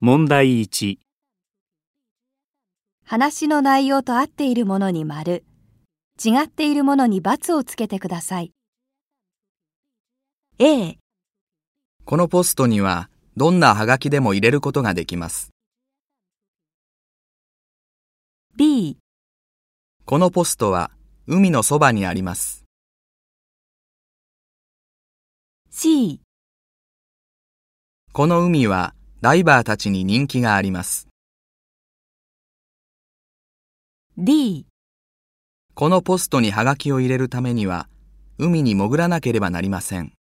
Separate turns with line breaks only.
問題1、
話の内容と合っているものに丸、違っているものに×をつけてください。A、
このポストにはどんなハガキでも入れることができます。
B、
このポストは海のそばにあります。
C、
この海はダイバーたちに人気があります。
D、
このポストにハガキを入れるためには海に潜らなければなりません。